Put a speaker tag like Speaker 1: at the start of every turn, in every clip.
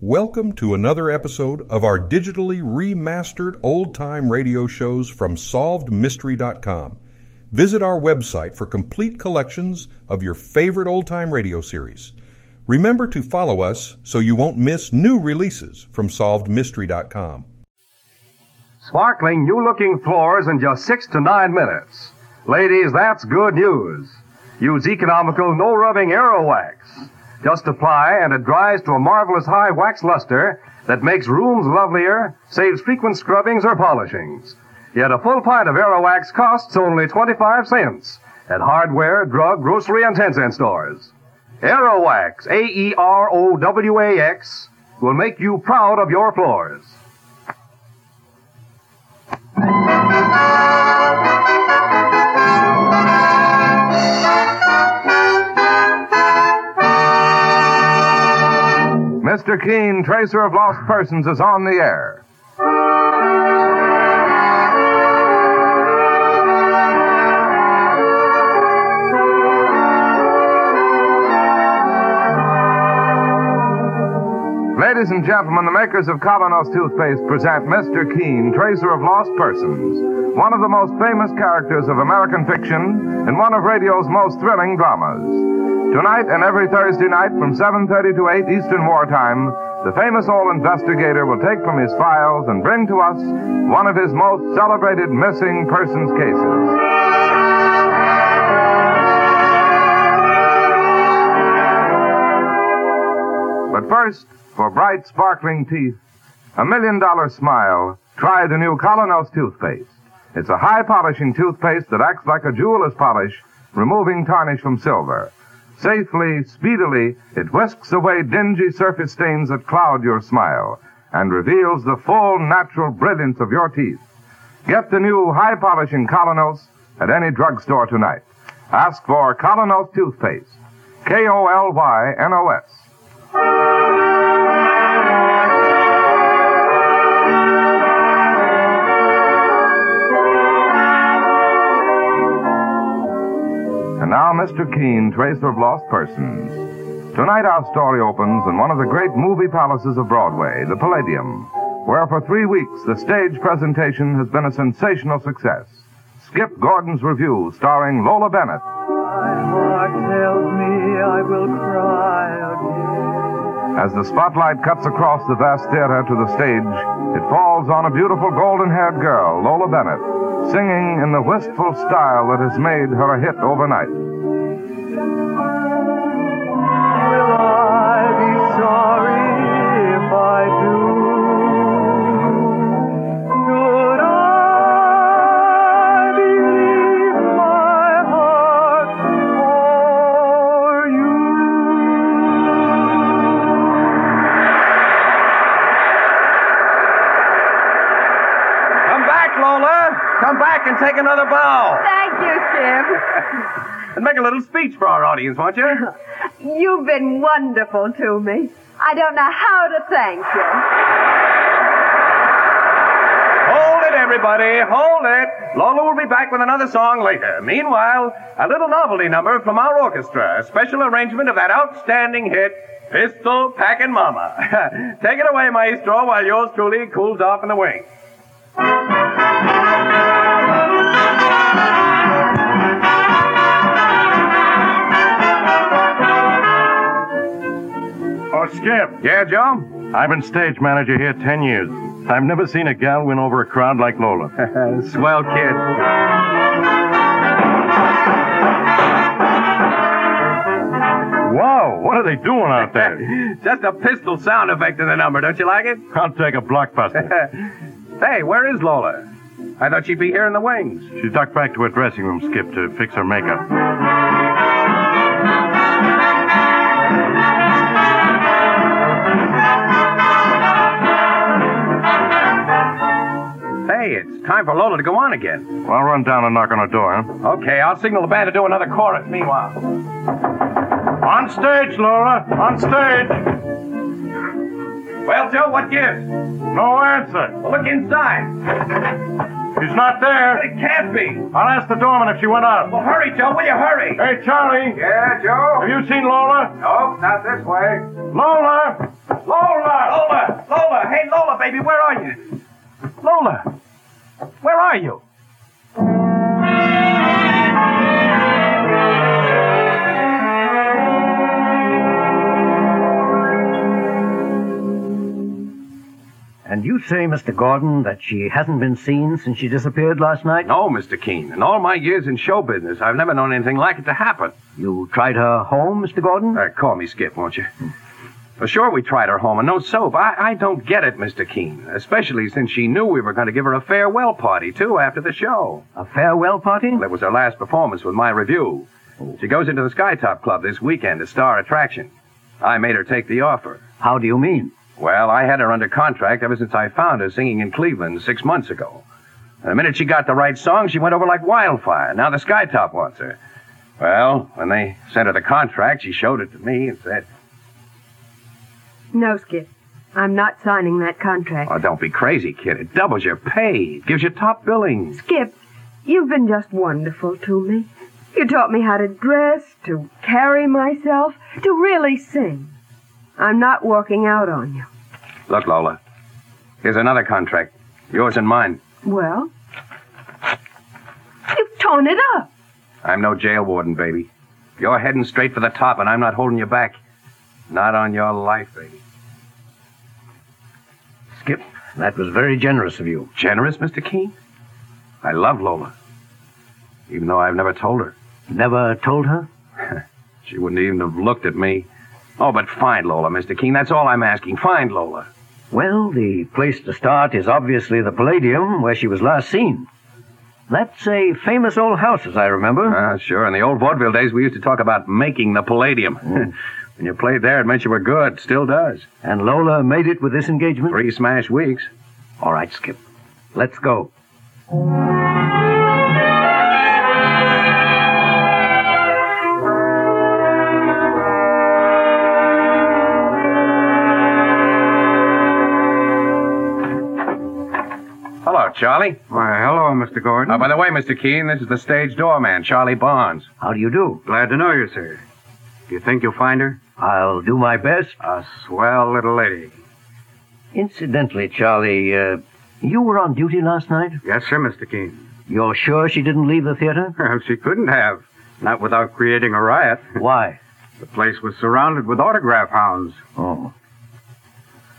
Speaker 1: Welcome to another episode of our digitally remastered old time radio shows from SolvedMystery.com. Visit our website for complete collections of your favorite old time radio series. Remember to follow us so you won't miss new releases from SolvedMystery.com.
Speaker 2: Sparkling new looking floors in just six to nine minutes. Ladies, that's good news. Use economical, no rubbing Aero Wax. Just apply and it dries to a marvelous high wax luster that makes rooms lovelier, saves frequent scrubbings or polishings. Yet a full pint of Aero Wax costs only 25 cents at hardware, drug, grocery, and 10 cent stores. Aero Wax, A E R O W A X, will make you proud of your floors. Mr. Keene, Tracer of Lost Persons, is on the air. Ladies and gentlemen, the makers of Kalanos toothpaste present Mr. Keene, Tracer of Lost Persons, one of the most famous characters of American fiction and one of radio's most thrilling dramas. Tonight and every Thursday night from 7:30 to 8 Eastern Wartime, the famous old investigator will take from his files and bring to us one of his most celebrated missing persons cases. But first, for bright, sparkling teeth, a million dollar smile, try the new Colonos toothpaste. It's a high polishing toothpaste that acts like a jeweler's polish, removing tarnish from silver. Safely, speedily, it whisks away dingy surface stains that cloud your smile and reveals the full natural brilliance of your teeth. Get the new high polishing Colonos at any drugstore tonight. Ask for Colonos toothpaste. K O L Y N O S. And now, Mr. Keene, Tracer of Lost Persons. Tonight, our story opens in one of the great movie palaces of Broadway, the Palladium, where for three weeks the stage presentation has been a sensational success. Skip Gordon's Review, starring Lola Bennett.
Speaker 3: heart tells me I will cry again.
Speaker 2: As the spotlight cuts across the vast theater to the stage, it falls on a beautiful golden haired girl, Lola Bennett, singing in the wistful style that has made her a hit overnight.
Speaker 3: Will I be sorry if I do? Could I believe my heart for you?
Speaker 4: Come back, Lola. Come back and take another bow.
Speaker 5: Thank you,
Speaker 4: And make a little speech for our audience, won't you?
Speaker 5: Jim. You've been wonderful to me. I don't know how to thank you.
Speaker 4: Hold it, everybody. Hold it. Lola will be back with another song later. Meanwhile, a little novelty number from our orchestra, a special arrangement of that outstanding hit, Pistol Packin' Mama. Take it away, Maestro, while yours truly cools off in the wings.
Speaker 6: Oh, Skip. Yeah, Joe? I've been stage manager here ten years. I've never seen a gal win over a crowd like Lola.
Speaker 4: Swell kid.
Speaker 6: Wow, what are they doing out there?
Speaker 4: Just a pistol sound effect to the number. Don't you like it?
Speaker 6: I'll take a blockbuster.
Speaker 4: hey, where is Lola? I thought she'd be here in the wings.
Speaker 6: She ducked back to her dressing room, Skip, to fix her makeup.
Speaker 4: Hey, it's time for Lola to go on again.
Speaker 6: Well, I'll run down and knock on her door, huh?
Speaker 4: Okay, I'll signal the band to do another chorus meanwhile.
Speaker 6: On stage, Lola! On stage!
Speaker 4: Well, Joe, what gives?
Speaker 6: No answer.
Speaker 4: Well, look inside.
Speaker 6: She's not there.
Speaker 4: It can't be.
Speaker 6: I'll ask the doorman if she went out.
Speaker 4: Well, hurry, Joe, will you hurry?
Speaker 6: Hey, Charlie!
Speaker 4: Yeah, Joe?
Speaker 6: Have you seen Lola?
Speaker 4: No, not this way.
Speaker 6: Lola! Lola!
Speaker 4: baby, where are you? Lola, where are you?
Speaker 7: And you say, Mr. Gordon, that she hasn't been seen since she disappeared last night?
Speaker 4: No, Mr. Keene. In all my years in show business, I've never known anything like it to happen.
Speaker 7: You tried her home, Mr. Gordon?
Speaker 4: Uh, call me Skip, won't you? For sure, we tried her home and no soap. I, I don't get it, Mr. Keene. Especially since she knew we were going to give her a farewell party, too, after the show.
Speaker 7: A farewell party? Oh.
Speaker 4: That was her last performance with my review. She goes into the Skytop Club this weekend, a star attraction. I made her take the offer.
Speaker 7: How do you mean?
Speaker 4: Well, I had her under contract ever since I found her singing in Cleveland six months ago. The minute she got the right song, she went over like wildfire. Now the Skytop wants her. Well, when they sent her the contract, she showed it to me and said,
Speaker 5: No, Skip. I'm not signing that contract.
Speaker 4: Oh, don't be crazy, kid. It doubles your pay, it gives you top billing.
Speaker 5: Skip, you've been just wonderful to me. You taught me how to dress, to carry myself, to really sing. I'm not walking out on you.
Speaker 4: Look, Lola, here's another contract. Yours and mine.
Speaker 5: Well, you've torn it up.
Speaker 4: I'm no jail warden, baby. You're heading straight for the top, and I'm not holding you back. Not on your life, baby.
Speaker 7: Skip, that was very generous of you.
Speaker 4: Generous, Mr. Keene? I love Lola. Even though I've never told her.
Speaker 7: Never told her?
Speaker 4: She wouldn't even have looked at me. Oh, but find Lola, Mr. Keene. That's all I'm asking. Find Lola.
Speaker 7: Well, the place to start is obviously the Palladium, where she was last seen. That's a famous old house, as I remember.
Speaker 4: Ah, sure. In the old vaudeville days, we used to talk about making the Palladium. when you played there, it meant you were good. Still does.
Speaker 7: Mm. And Lola made it with this engagement?
Speaker 4: Three smash weeks.
Speaker 7: All right, Skip. Let's go.
Speaker 4: Hello, Charlie.
Speaker 8: Why, hello, Mr. Gordon.
Speaker 4: Oh, by the way, Mr. Keene, this is the stage doorman, Charlie Barnes.
Speaker 7: How do you do?
Speaker 8: Glad to know you, sir. Do you think you'll find her?
Speaker 7: I'll do my best.
Speaker 8: A swell little lady.
Speaker 7: Incidentally, Charlie, uh, you were on duty last night.
Speaker 8: Yes, sir, Mr. Keene.
Speaker 7: You're sure she didn't leave the theater?
Speaker 8: Well, she couldn't have. Not without creating a riot.
Speaker 7: Why?
Speaker 8: The place was surrounded with autograph hounds.
Speaker 7: Oh.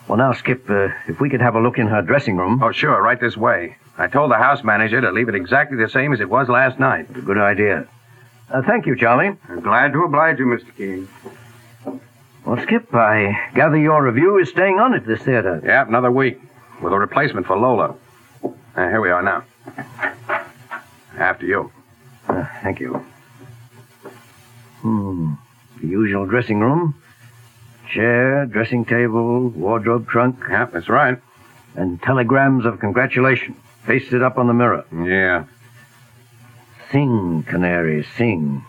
Speaker 7: Well, now, Skip, uh, if we could have a look in her dressing room.
Speaker 4: Oh, sure, right this way. I told the house manager to leave it exactly the same as it was last night.
Speaker 7: Good idea. Uh, thank you, Charlie.
Speaker 8: I'm glad to oblige you, Mr. Keene.
Speaker 7: Well, Skip, I gather your review is staying on at this theater.
Speaker 4: Yeah, another week. With a replacement for Lola. Uh, here we are now. After you.
Speaker 7: Uh, thank you. Hmm. The usual dressing room. Chair, dressing table, wardrobe trunk,
Speaker 4: Yeah, that's right.
Speaker 7: and telegrams of congratulation pasted up on the mirror.
Speaker 4: Yeah.
Speaker 7: Sing, canary, sing.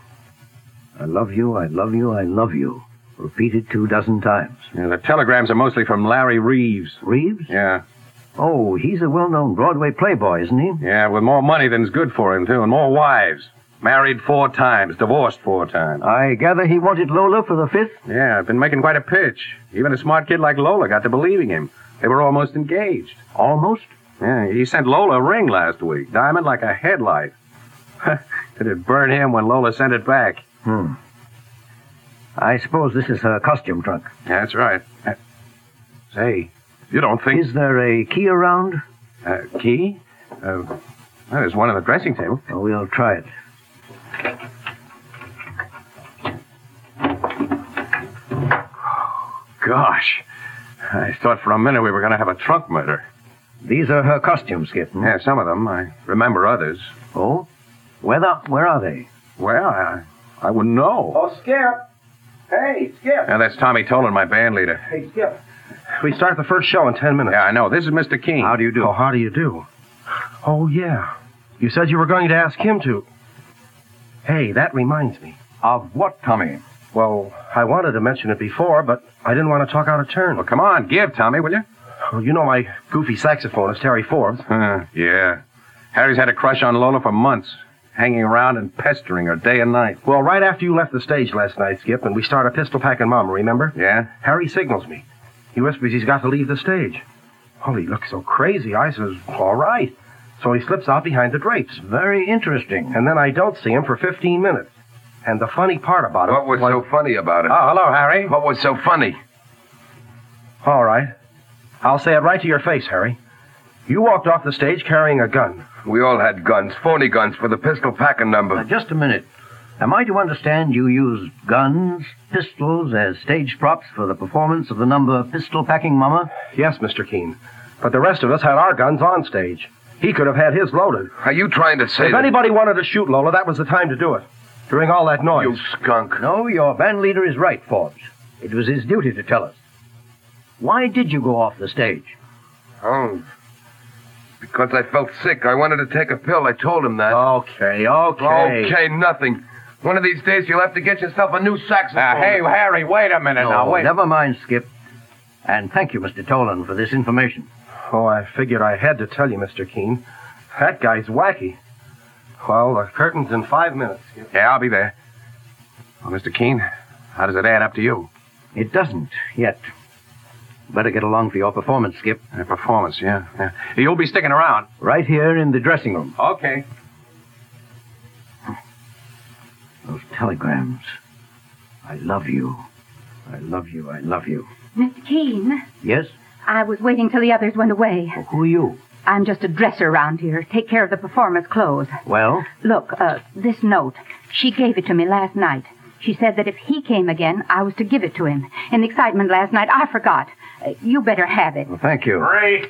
Speaker 7: I love you, I love you, I love you. Repeated two dozen times.
Speaker 4: yeah. The telegrams are mostly from Larry Reeves.
Speaker 7: Reeves?
Speaker 4: Yeah.
Speaker 7: Oh, he's a well known Broadway playboy, isn't he?
Speaker 4: Yeah, with more money than's good for him, too, and more wives. Married four times, divorced four times.
Speaker 7: I gather he wanted Lola for the fifth.
Speaker 4: Yeah, I've been making quite a pitch. Even a smart kid like Lola got to believing him. They were almost engaged.
Speaker 7: Almost.
Speaker 4: Yeah, he sent Lola a ring last week, diamond like a headlight. Did it burn him when Lola sent it back?
Speaker 7: Hmm. I suppose this is her costume trunk.
Speaker 4: That's right. Uh, Say, you don't think
Speaker 7: Is there a key around?
Speaker 4: uh, key? Uh, well, there's one on the dressing table.
Speaker 7: Oh, we'll try it.
Speaker 4: Gosh, I thought for a minute we were going to have a trunk murder.
Speaker 7: These are her costumes, Skip. hmm?
Speaker 4: Yeah, some of them. I remember others.
Speaker 7: Oh? Where, the, where are they?
Speaker 4: Well, I, I wouldn't know.
Speaker 9: Oh, Skip. Hey, Skip.
Speaker 4: Now that's Tommy Tolan, my band leader.
Speaker 9: Hey, Skip. We start the first show in ten minutes.
Speaker 4: Yeah, I know. This is Mr. Keene.
Speaker 9: How do you do? Oh, how do you do? Oh, yeah. You said you were going to ask him to. Hey, that reminds me.
Speaker 6: Of what, Tommy?
Speaker 9: Well, I wanted to mention it before, but I didn't want to talk out of turn.
Speaker 4: Well, come on, give, Tommy, will you?
Speaker 9: Well, you know my goofy saxophonist, Harry Forbes.
Speaker 4: Huh, yeah. Harry's had a crush on Lola for months, hanging around and pestering her day and night.
Speaker 9: Well, right after you left the stage last night, Skip, and we start a pistol pack and mama, remember?
Speaker 4: Yeah?
Speaker 9: Harry signals me. He whispers he's got to leave the stage. Well, he looked so crazy. I says, all right. So he slips out behind the drapes. Very interesting. And then I don't see him for 15 minutes. And the funny part about it.
Speaker 10: What was so funny about it?
Speaker 9: Oh, hello, Harry.
Speaker 10: What was so funny?
Speaker 9: All right. I'll say it right to your face, Harry. You walked off the stage carrying a gun.
Speaker 10: We all had guns, phony guns for the pistol packing number.
Speaker 7: just a minute. Am I to understand you used guns, pistols as stage props for the performance of the number Pistol Packing Mama?
Speaker 9: Yes, Mr. Keene. But the rest of us had our guns on stage. He could have had his loaded.
Speaker 10: Are you trying to say
Speaker 9: if
Speaker 10: that?
Speaker 9: anybody wanted to shoot Lola, that was the time to do it. During all that noise.
Speaker 10: You skunk.
Speaker 7: No, your band leader is right, Forbes. It was his duty to tell us. Why did you go off the stage?
Speaker 10: Oh. Because I felt sick. I wanted to take a pill. I told him that.
Speaker 9: Okay, okay.
Speaker 10: Okay, nothing. One of these days you'll have to get yourself a new saxophone.
Speaker 4: Now, hey, Harry, wait a minute
Speaker 7: no,
Speaker 4: now. Wait.
Speaker 7: never mind, Skip. And thank you, Mr. Tolan, for this information.
Speaker 9: Oh, I figured I had to tell you, Mr. Keene. That guy's wacky. Well, the curtain's in five minutes.
Speaker 8: Yeah, I'll be there. Well, Mr. Keene, how does it add up to you?
Speaker 7: It doesn't, yet. Better get along for your performance, Skip.
Speaker 8: A performance, yeah, yeah. You'll be sticking around.
Speaker 7: Right here in the dressing room.
Speaker 8: Okay.
Speaker 7: Those telegrams. I love you. I love you. I love you.
Speaker 11: Mr. Keene,
Speaker 7: Yes?
Speaker 11: I was waiting till the others went away.
Speaker 7: Well, who are you?
Speaker 11: I'm just a dresser around here. Take care of the performer's clothes.
Speaker 7: Well,
Speaker 11: Look, uh, this note. She gave it to me last night. She said that if he came again, I was to give it to him. In the excitement last night, I forgot. Uh, you better have it.
Speaker 7: well thank you.
Speaker 4: Marie.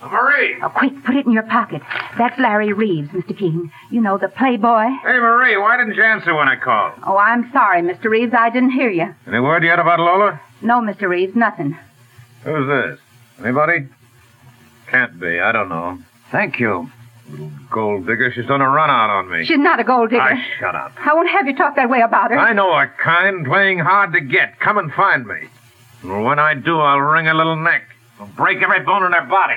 Speaker 4: Marie.
Speaker 11: Oh, quick, put it in your pocket. That's Larry Reeves, Mr. Keene. You know, the playboy.
Speaker 8: Hey, Marie, why didn't you answer when I called?
Speaker 11: Oh, I'm sorry, Mr. Reeves. I didn't hear you.
Speaker 8: Any word yet about Lola?
Speaker 11: No, Mr. Reeves, nothing.
Speaker 8: Who's this? Anybody? Can't be. I don't know.
Speaker 7: Thank you.
Speaker 8: Gold digger. She's done a run out on me.
Speaker 11: She's not a gold digger.
Speaker 8: I shut up.
Speaker 11: I won't have you talk that way about her.
Speaker 8: I know a kind playing hard to get. Come and find me. And when I do, I'll wring her little neck. I'll break every bone in her body.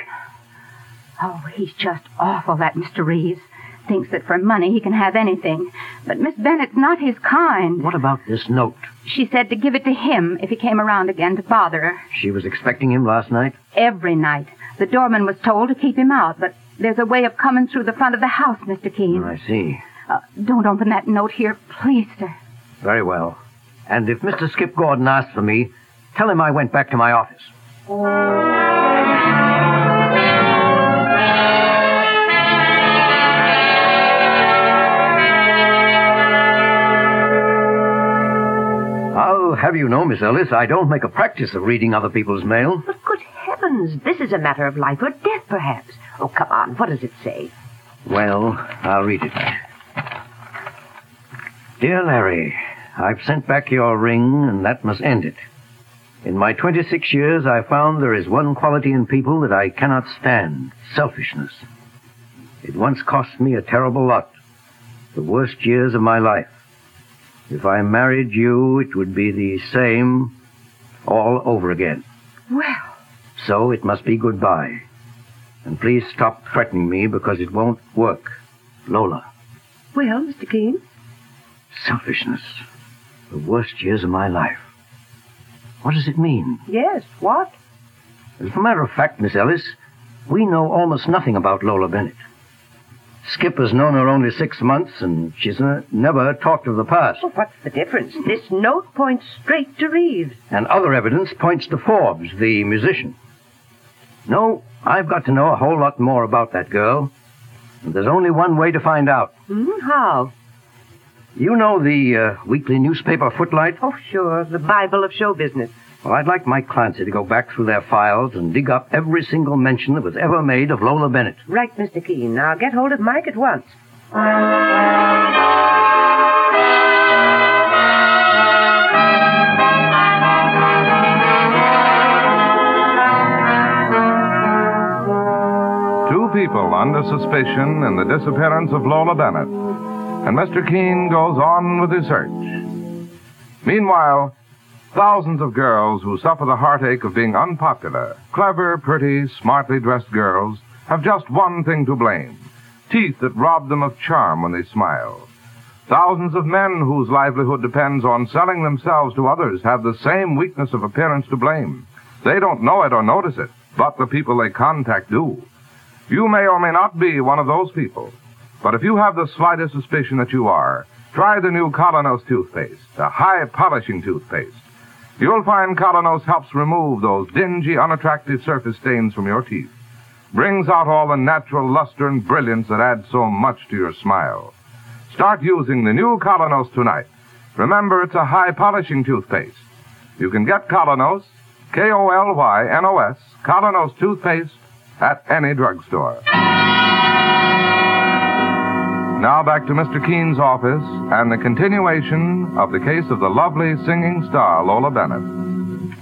Speaker 11: Oh, he's just awful, that Mr. Reeves. Thinks that for money he can have anything. But Miss Bennett's not his kind.
Speaker 7: What about this note?
Speaker 11: She said to give it to him if he came around again to bother her.
Speaker 7: She was expecting him last night?
Speaker 11: Every night. The doorman was told to keep him out, but there's a way of coming through the front of the house, Mr. Keene.
Speaker 7: I see.
Speaker 11: Uh, don't open that note here, please, sir.
Speaker 7: Very well. And if Mr. Skip Gordon asks for me, tell him I went back to my office. I'll have you know, Miss Ellis, I don't make a practice of reading other people's mail.
Speaker 12: But good heavens, this is a matter of life or death, perhaps. Oh, come on, what does it say?
Speaker 7: Well, I'll read it. Dear Larry, I've sent back your ring, and that must end it. In my 26 years, I've found there is one quality in people that I cannot stand selfishness. It once cost me a terrible lot, the worst years of my life. If I married you, it would be the same all over again.
Speaker 12: Well,
Speaker 7: So it must be goodbye. And please stop threatening me because it won't work. Lola,
Speaker 12: well, Mr. Keene.
Speaker 7: selfishness. The worst years of my life. What does it mean?
Speaker 12: Yes, what?
Speaker 7: As a matter of fact, Miss Ellis, we know almost nothing about Lola Bennett. Skip has known her only six months, and she's uh, never talked of the past.
Speaker 12: Well, what's the difference? This note points straight to Reeves.
Speaker 7: And other evidence points to Forbes, the musician. No, I've got to know a whole lot more about that girl. And there's only one way to find out.
Speaker 12: Hmm, how?
Speaker 7: You know the uh, weekly newspaper Footlight?
Speaker 12: Oh, sure, the Bible of show business.
Speaker 7: Well, I'd like Mike Clancy to go back through their files and dig up every single mention that was ever made of Lola Bennett.
Speaker 12: Right, Mr. Keene. Now get hold of Mike at once.
Speaker 2: Two people under suspicion in the disappearance of Lola Bennett. And Mr. Keene goes on with his search. Meanwhile, thousands of girls who suffer the heartache of being unpopular, clever, pretty, smartly dressed girls, have just one thing to blame teeth that rob them of charm when they smile. Thousands of men whose livelihood depends on selling themselves to others have the same weakness of appearance to blame. They don't know it or notice it, but the people they contact do. You may or may not be one of those people. But if you have the slightest suspicion that you are, try the new Colonos toothpaste, the high polishing toothpaste. You'll find Colonos helps remove those dingy, unattractive surface stains from your teeth. Brings out all the natural luster and brilliance that adds so much to your smile. Start using the new Colonos tonight. Remember, it's a high polishing toothpaste. You can get Colonos, K O L Y N O S, Colonos toothpaste at any drugstore. Now back to Mr. Keane's office and the continuation of the case of the lovely singing star Lola Bennett.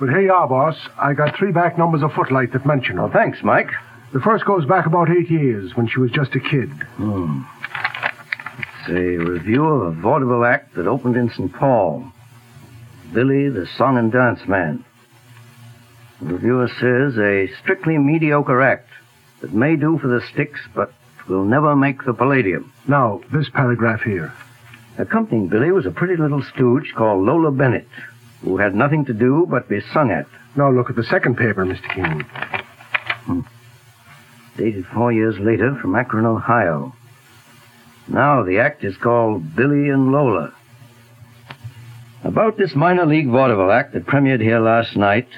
Speaker 13: But here you are, boss. I got three back numbers of Footlight that mention
Speaker 7: Oh,
Speaker 13: her. thanks, Mike. The first goes back about eight years when she was just a kid.
Speaker 7: Hmm. It's a review of a vaudeville act that opened in St. Paul. Billy the Song and Dance Man. The reviewer says a strictly mediocre act that may do for the sticks but will never make the palladium.
Speaker 13: Now, this paragraph here.
Speaker 7: Accompanying Billy was a pretty little stooge called Lola Bennett, who had nothing to do but be sung at.
Speaker 13: Now look at the second paper, Mr. Keene.
Speaker 7: Hmm. dated four years later from Akron, Ohio. Now the act is called Billy and Lola. About this minor league vaudeville act that premiered here last night,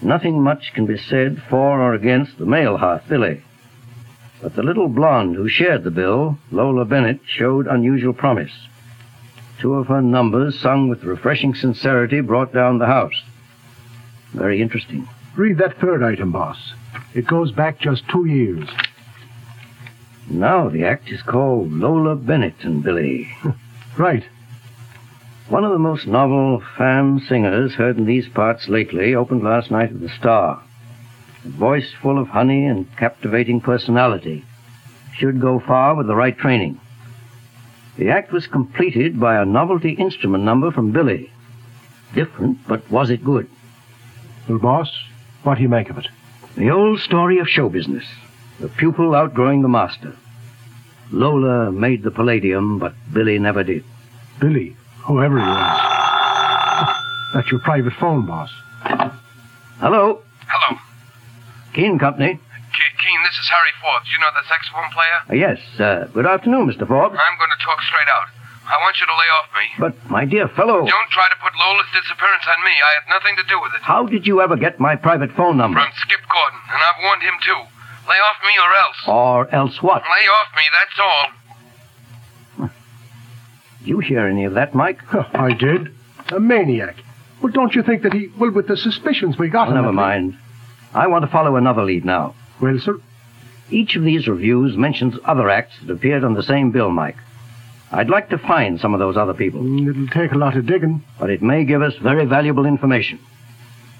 Speaker 7: nothing much can be said for or against the male half, Billy. But the little blonde who shared the bill, Lola Bennett, showed unusual promise. Two of her numbers, sung with refreshing sincerity, brought down the house. Very interesting.
Speaker 13: Read that third item, boss. It goes back just two years.
Speaker 7: Now the act is called Lola Bennett and Billy.
Speaker 13: right.
Speaker 7: One of the most novel fam singers heard in these parts lately opened last night at the Star. A voice full of honey and captivating personality. Should go far with the right training. The act was completed by a novelty instrument number from Billy. Different, but was it good?
Speaker 13: Well, boss, what do you make of it?
Speaker 7: The old story of show business. The pupil outgrowing the master. Lola made the palladium, but Billy never did.
Speaker 13: Billy, whoever he was. That's your private phone, boss.
Speaker 7: Hello? Hello. Keene Company?
Speaker 10: Keene, this is Harry Forbes. You know the saxophone player?
Speaker 7: Uh, Yes, uh, good afternoon, Mr. Forbes.
Speaker 10: I'm going to talk straight out. I want you to lay off me.
Speaker 7: But, my dear fellow,
Speaker 10: Don't try to put Lola's disappearance on me. I had nothing to do with it.
Speaker 7: how did you ever get my private phone number?
Speaker 10: From Skip Gordon, and I've warned him too. Lay off me or else.
Speaker 7: Or else what?
Speaker 10: Lay off me, that's all.
Speaker 7: You hear any of that, Mike?
Speaker 13: I did. A maniac. Well, don't you think that he. Well, with the suspicions we got
Speaker 7: Oh,
Speaker 13: him.
Speaker 7: never mind. I want to follow another lead now.
Speaker 13: Well, sir?
Speaker 7: Each of these reviews mentions other acts that appeared on the same bill, Mike. I'd like to find some of those other people,
Speaker 13: Mm, It'll take a lot of digging.
Speaker 7: but it may give us very valuable information.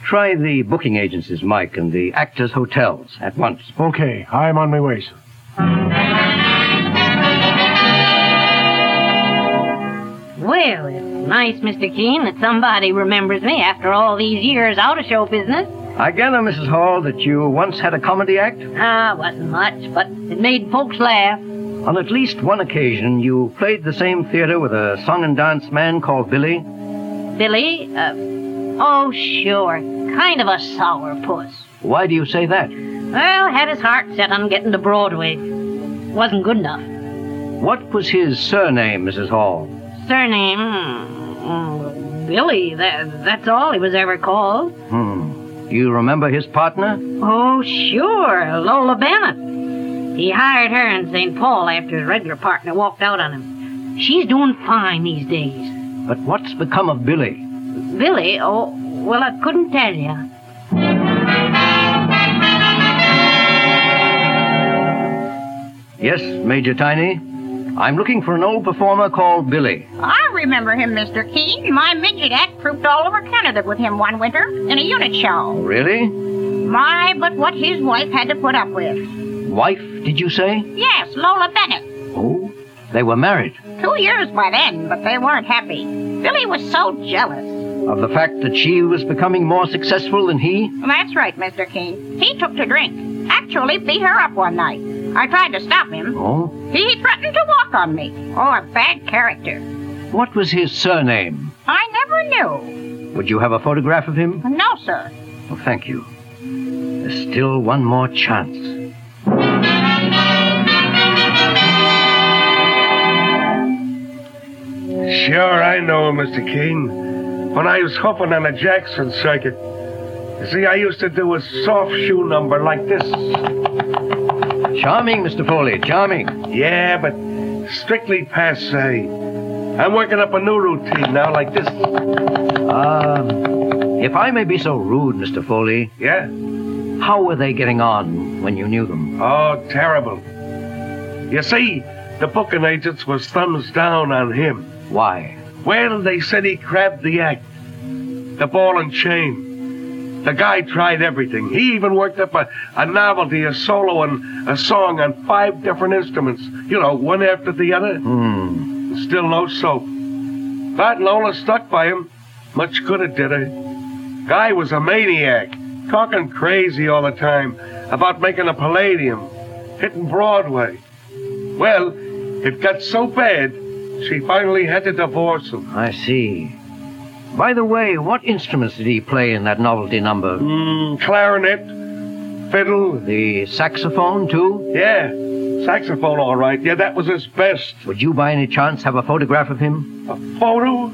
Speaker 7: Try the booking agencies, Mike, and the actors' hotels at once.
Speaker 13: Okay, I'm on my way, sir.
Speaker 14: Well, it's nice, Mr. Keene, that somebody remembers me after all these years out of show business.
Speaker 7: I gather, Mrs. Hall, that you once had a comedy act?
Speaker 14: Ah, wasn't much, but it made folks laugh.
Speaker 7: On at least one occasion, you played the same theater with a song and dance man called Billy.
Speaker 14: Billy, uh, oh, sure, kind of a sourpuss.
Speaker 7: Why do you say that?
Speaker 14: Well, had his heart set on getting to Broadway. Wasn't good enough.
Speaker 7: What was his surname, Mrs. Hall?
Speaker 14: Surname, hmm, hmm, Billy, that, that's all he was ever called.
Speaker 7: Hmm. Do you remember his partner?
Speaker 14: Oh, sure, Lola Bennett. He hired her in St. Paul after his regular partner walked out on him. She's doing fine these days.
Speaker 7: But what's become of Billy?
Speaker 14: Billy, oh, well, I couldn't tell you.
Speaker 7: Yes, Major Tiny. I'm looking for an old performer called Billy.
Speaker 15: I remember him, Mr. Keene. My midget act trooped all over Canada with him one winter in a unit show.
Speaker 7: Really?
Speaker 15: My, but what his wife had to put up with.
Speaker 7: Wife, did you say?
Speaker 15: Yes, Lola Bennett.
Speaker 7: Oh, they were married.
Speaker 15: Two years by then, but they weren't happy. Billy was so jealous.
Speaker 7: Of the fact that she was becoming more successful than he?
Speaker 15: That's right, Mr. Keene. He took to drink. Actually, beat her up one night. I tried to stop him.
Speaker 7: Oh?
Speaker 15: He threatened to walk on me. Oh, a bad character.
Speaker 7: What was his surname?
Speaker 15: I never knew.
Speaker 7: Would you have a photograph of him?
Speaker 15: No, sir.
Speaker 7: Well, Oh, thank you. There's still one more chance.
Speaker 16: Sure, I know him, Mr. Keene. When I was hoofing on the Jackson circuit, you see, I used to do a soft shoe number like this.
Speaker 7: Charming, Mr. Foley, charming.
Speaker 16: Yeah, but strictly passe. I'm working up a new routine now, like this. Ah,
Speaker 7: Um, if I may be so rude, Mr. Foley.
Speaker 16: Yeah?
Speaker 7: How were they getting on when you knew them?
Speaker 16: Oh, terrible. You see, the booking agents was thumbs down on him.
Speaker 7: Why?
Speaker 16: Well, they said he crabbed the act. The ball and chain. The guy tried everything. He even worked up a, a novelty, a solo, and a song on five different instruments. You know, one after the other.
Speaker 7: Hmm.
Speaker 16: Still no soap. But Lola stuck by him. Much good it did her. Guy was a maniac, talking crazy all the time about making a palladium, hitting Broadway. Well, it got so bad, she finally had to divorce him.
Speaker 7: I see. By the way, what instruments did he play in that novelty number?
Speaker 16: Hmm, clarinet, fiddle.
Speaker 7: The saxophone, too?
Speaker 16: Yeah, saxophone, all right. Yeah, that was his best.
Speaker 7: Would you, by any chance, have a photograph of him?
Speaker 16: A photo?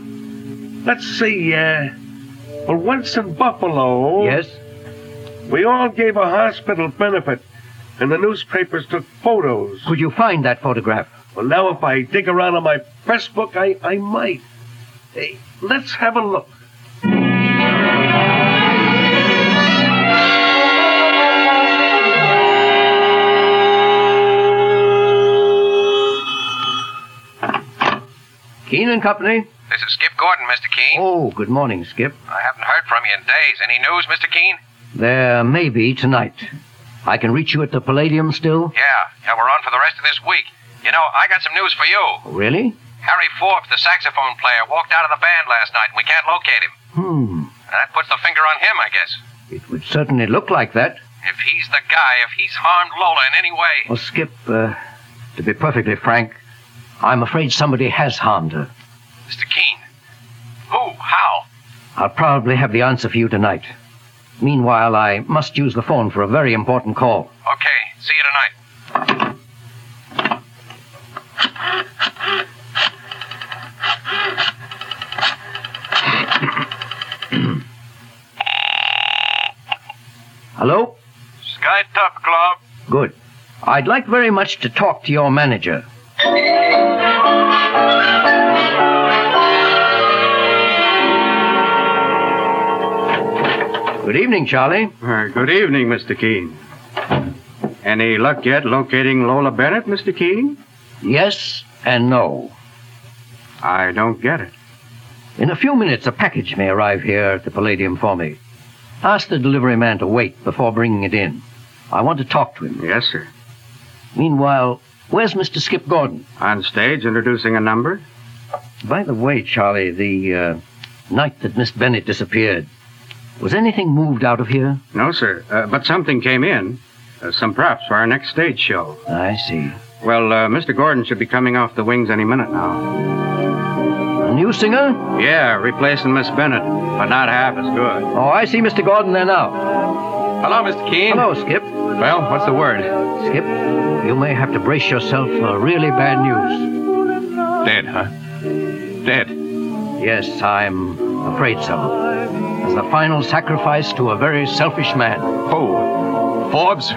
Speaker 16: Let's see, uh, well, once in Buffalo.
Speaker 7: Yes?
Speaker 16: We all gave a hospital benefit, and the newspapers took photos.
Speaker 7: Could you find that photograph?
Speaker 16: Well, now if I dig around in my press book, I, I might. Hey, let's have a look.
Speaker 7: Keene and Company?
Speaker 17: This is Skip Gordon, Mr. Keene.
Speaker 7: Oh, good morning, Skip.
Speaker 17: I haven't heard from you in days. Any news, Mr. Keene?
Speaker 7: There may be tonight. I can reach you at the Palladium still?
Speaker 17: Yeah, yeah, we're on for the rest of this week. You know, I got some news for you.
Speaker 7: Really?
Speaker 17: Harry Forbes, the saxophone player, walked out of the band last night, and we can't locate him.
Speaker 7: Hmm.
Speaker 17: And that puts the finger on him, I guess.
Speaker 7: It would certainly look like that.
Speaker 17: If he's the guy, if he's harmed Lola in any way.
Speaker 7: Well, Skip, uh, to be perfectly frank, I'm afraid somebody has harmed her.
Speaker 17: Mr. Keene. Who? How?
Speaker 7: I'll probably have the answer for you tonight. Meanwhile, I must use the phone for a very important call.
Speaker 17: Okay, see you tonight.
Speaker 7: Hello?
Speaker 17: Sky Top Club.
Speaker 7: Good. I'd like very much to talk to your manager. Good evening, Charlie.
Speaker 18: Uh, good evening, Mr. Keene. Any luck yet locating Lola Bennett, Mr. Keene?
Speaker 7: Yes and no.
Speaker 18: I don't get it.
Speaker 7: In a few minutes, a package may arrive here at the Palladium for me. Ask the delivery man to wait before bringing it in. I want to talk to him.
Speaker 18: Yes, sir.
Speaker 7: Meanwhile, where's Mr. Skip Gordon?
Speaker 18: On stage, introducing a number?
Speaker 7: By the way, Charlie, the uh, night that Miss Bennett disappeared, was anything moved out of here?
Speaker 18: No, sir. Uh, but something came in. Uh, some props for our next stage show.
Speaker 7: I see.
Speaker 18: Well, uh, Mr. Gordon should be coming off the wings any minute now.
Speaker 7: A new singer?
Speaker 18: Yeah, replacing Miss Bennett, but not half as good.
Speaker 7: Oh, I see Mr. Gordon there now.
Speaker 18: Hello, Mr. Keene.
Speaker 7: Hello, Skip.
Speaker 18: Well, Oh, what's the word?
Speaker 7: Skip, you may have to brace yourself for really bad news.
Speaker 18: Dead, huh? Dead.
Speaker 7: Yes, I'm afraid so. As the final sacrifice to a very selfish man.
Speaker 18: Who? Forbes?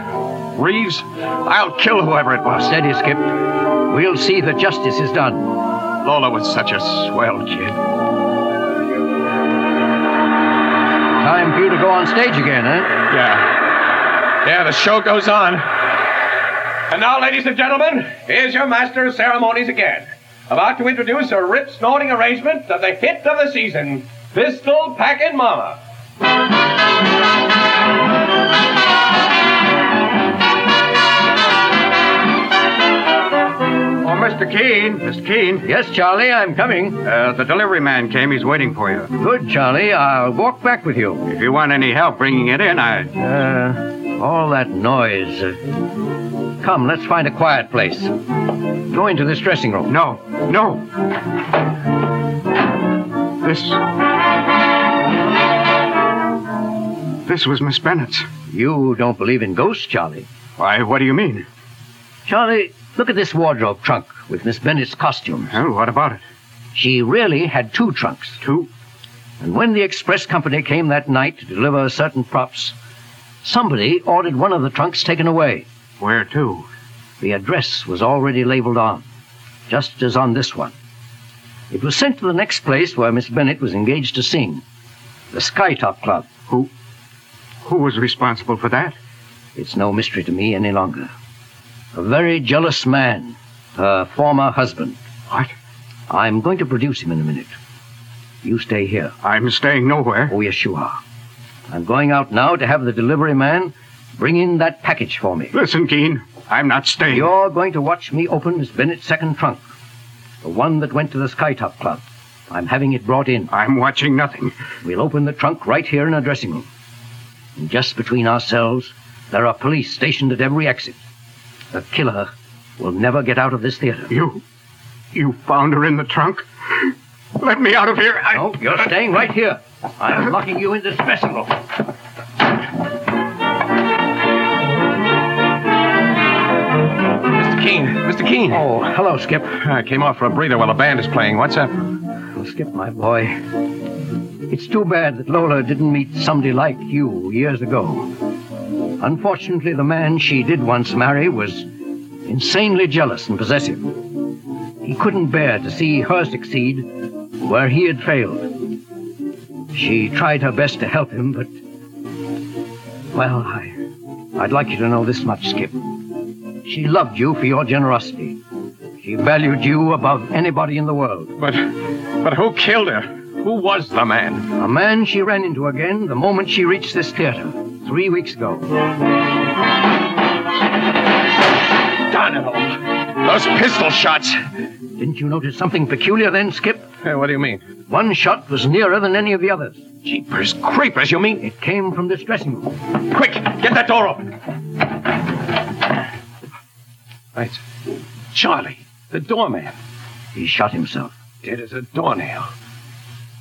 Speaker 18: Reeves? I'll kill whoever it was.
Speaker 7: Steady, Skip. We'll see that justice is done.
Speaker 18: Lola was such a swell kid.
Speaker 7: Time for you to go on stage again, eh?
Speaker 4: Yeah. Yeah, the show goes on.
Speaker 18: Uh,
Speaker 4: And now, ladies and gentlemen, here's your master of ceremonies again. About to introduce a rip snorting arrangement of the hit of the season, Pistol Packin' Mama.
Speaker 18: Oh, Mr. Keene. Mr. Keene.
Speaker 7: Yes, Charlie, I'm coming.
Speaker 18: Uh, the delivery man came. He's waiting for you.
Speaker 7: Good, Charlie. I'll walk back with you.
Speaker 18: If you want any help bringing it in, I.
Speaker 7: Uh, all that noise. Uh, come, let's find a quiet place. Go into this dressing room.
Speaker 18: No, no. This. This was Miss Bennett's.
Speaker 7: You don't believe in ghosts, Charlie.
Speaker 18: Why, what do you mean?
Speaker 7: Charlie, look at this wardrobe trunk with Miss Bennett's costumes.
Speaker 18: Well, Oh, what about it?
Speaker 7: She really had two trunks.
Speaker 18: Two?
Speaker 7: And when the express company came that night to deliver certain props, somebody ordered one of the trunks taken away.
Speaker 18: Where to?
Speaker 7: The address was already labeled on, just as on this one. It was sent to the next place where Miss Bennett was engaged to sing, the Skytop Club.
Speaker 18: Who? Who was responsible for that?
Speaker 7: It's no mystery to me any longer. A very jealous man, her former husband.
Speaker 18: What?
Speaker 7: I'm going to produce him in a minute. You stay here.
Speaker 18: I'm staying nowhere.
Speaker 7: Oh, yes, you are. I'm going out now to have the delivery man bring in that package for me.
Speaker 18: Listen, Keene, I'm not staying.
Speaker 7: You're going to watch me open Miss Bennett's second trunk, the one that went to the Skytop Club. I'm having it brought in.
Speaker 18: I'm watching nothing.
Speaker 7: We'll open the trunk right here in our dressing room. And just between ourselves, there are police stationed at every exit. The killer will never get out of this theater.
Speaker 18: You. You found her in the trunk? Let me out of here. I...
Speaker 7: No, you're staying right here. I'm locking you in this dressing room.
Speaker 8: Mr. Keene, Mr. Keene.
Speaker 7: Oh, hello, Skip.
Speaker 8: I came off for a breather while the band is playing. What's up?
Speaker 7: Well, Skip, my boy, it's too bad that Lola didn't meet somebody like you years ago. Unfortunately, the man she did once marry was insanely jealous and possessive. He couldn't bear to see her succeed where he had failed. She tried her best to help him, but. Well, I, I'd like you to know this much, Skip. She loved you for your generosity. She valued you above anybody in the world.
Speaker 8: But, but who killed her? Who was the man?
Speaker 7: A man she ran into again the moment she reached this theater, three weeks ago.
Speaker 8: Darn it all. Those pistol shots.
Speaker 7: Didn't you notice something peculiar then, Skip?
Speaker 8: Hey, what do you mean?
Speaker 7: One shot was nearer than any of the others.
Speaker 8: Jeepers creepers, you mean?
Speaker 7: It came from this dressing room.
Speaker 8: Quick, get that door open. It's Charlie, the doorman.
Speaker 7: He shot himself.
Speaker 8: Dead as a doornail.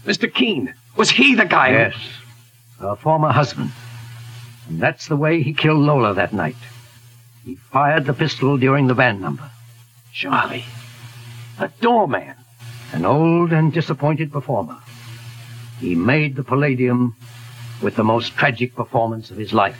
Speaker 8: Mr. Keene, was he the guy? who-
Speaker 7: Yes. Her former husband. And that's the way he killed Lola that night. He fired the pistol during the band number.
Speaker 8: Charlie, a doorman.
Speaker 7: An old and disappointed performer. He made the Palladium with the most tragic performance of his life.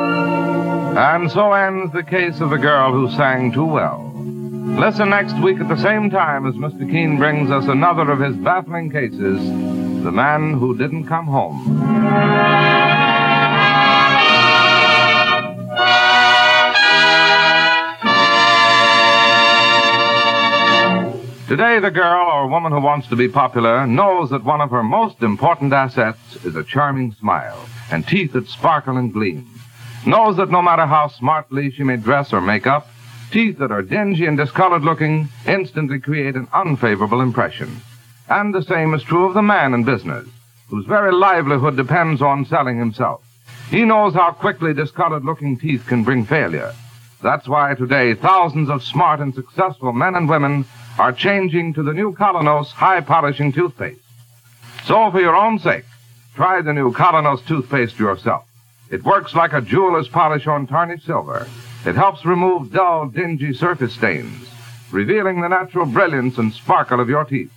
Speaker 2: And so ends the case of the girl who sang too well. Listen next week at the same time as Mr. Keene brings us another of his baffling cases The Man Who Didn't Come Home. Today, the girl or woman who wants to be popular knows that one of her most important assets is a charming smile and teeth that sparkle and gleam knows that no matter how smartly she may dress or make up, teeth that are dingy and discolored looking instantly create an unfavorable impression. And the same is true of the man in business, whose very livelihood depends on selling himself. He knows how quickly discolored looking teeth can bring failure. That's why today thousands of smart and successful men and women are changing to the new Colonos high polishing toothpaste. So for your own sake, try the new Colonos toothpaste yourself. It works like a jeweler's polish on tarnished silver. It helps remove dull, dingy surface stains, revealing the natural brilliance and sparkle of your teeth.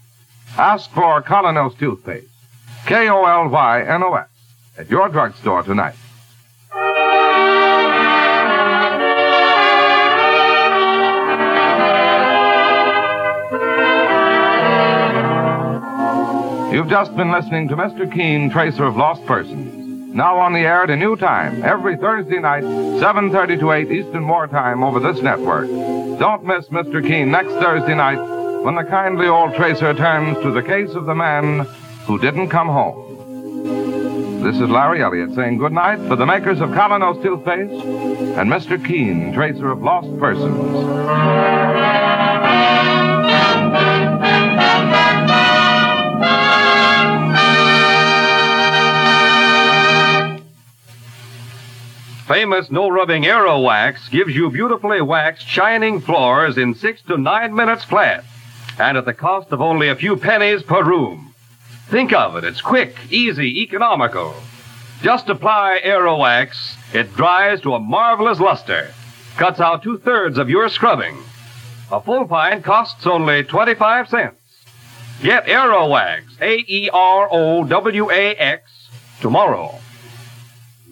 Speaker 2: Ask for Colonos toothpaste, K O L Y N O S, at your drugstore tonight. You've just been listening to Mr. Keene, Tracer of Lost Persons. Now on the air at a new time, every Thursday night, 7.30 to 8 Eastern Wartime over this network. Don't miss Mr. Keene next Thursday night when the kindly old tracer turns to the case of the man who didn't come home. This is Larry Elliott saying good night for the makers of Colonos Toothpaste and Mr. Keene, tracer of lost persons.
Speaker 18: famous no rubbing aero wax gives you beautifully waxed, shining floors in six to nine minutes flat, and at the cost of only a few pennies per room. Think of it. It's quick, easy, economical. Just apply aero wax. It dries to a marvelous luster, cuts out two thirds of your scrubbing. A full pint costs only 25 cents. Get Aerowax, A E R O W A X, tomorrow.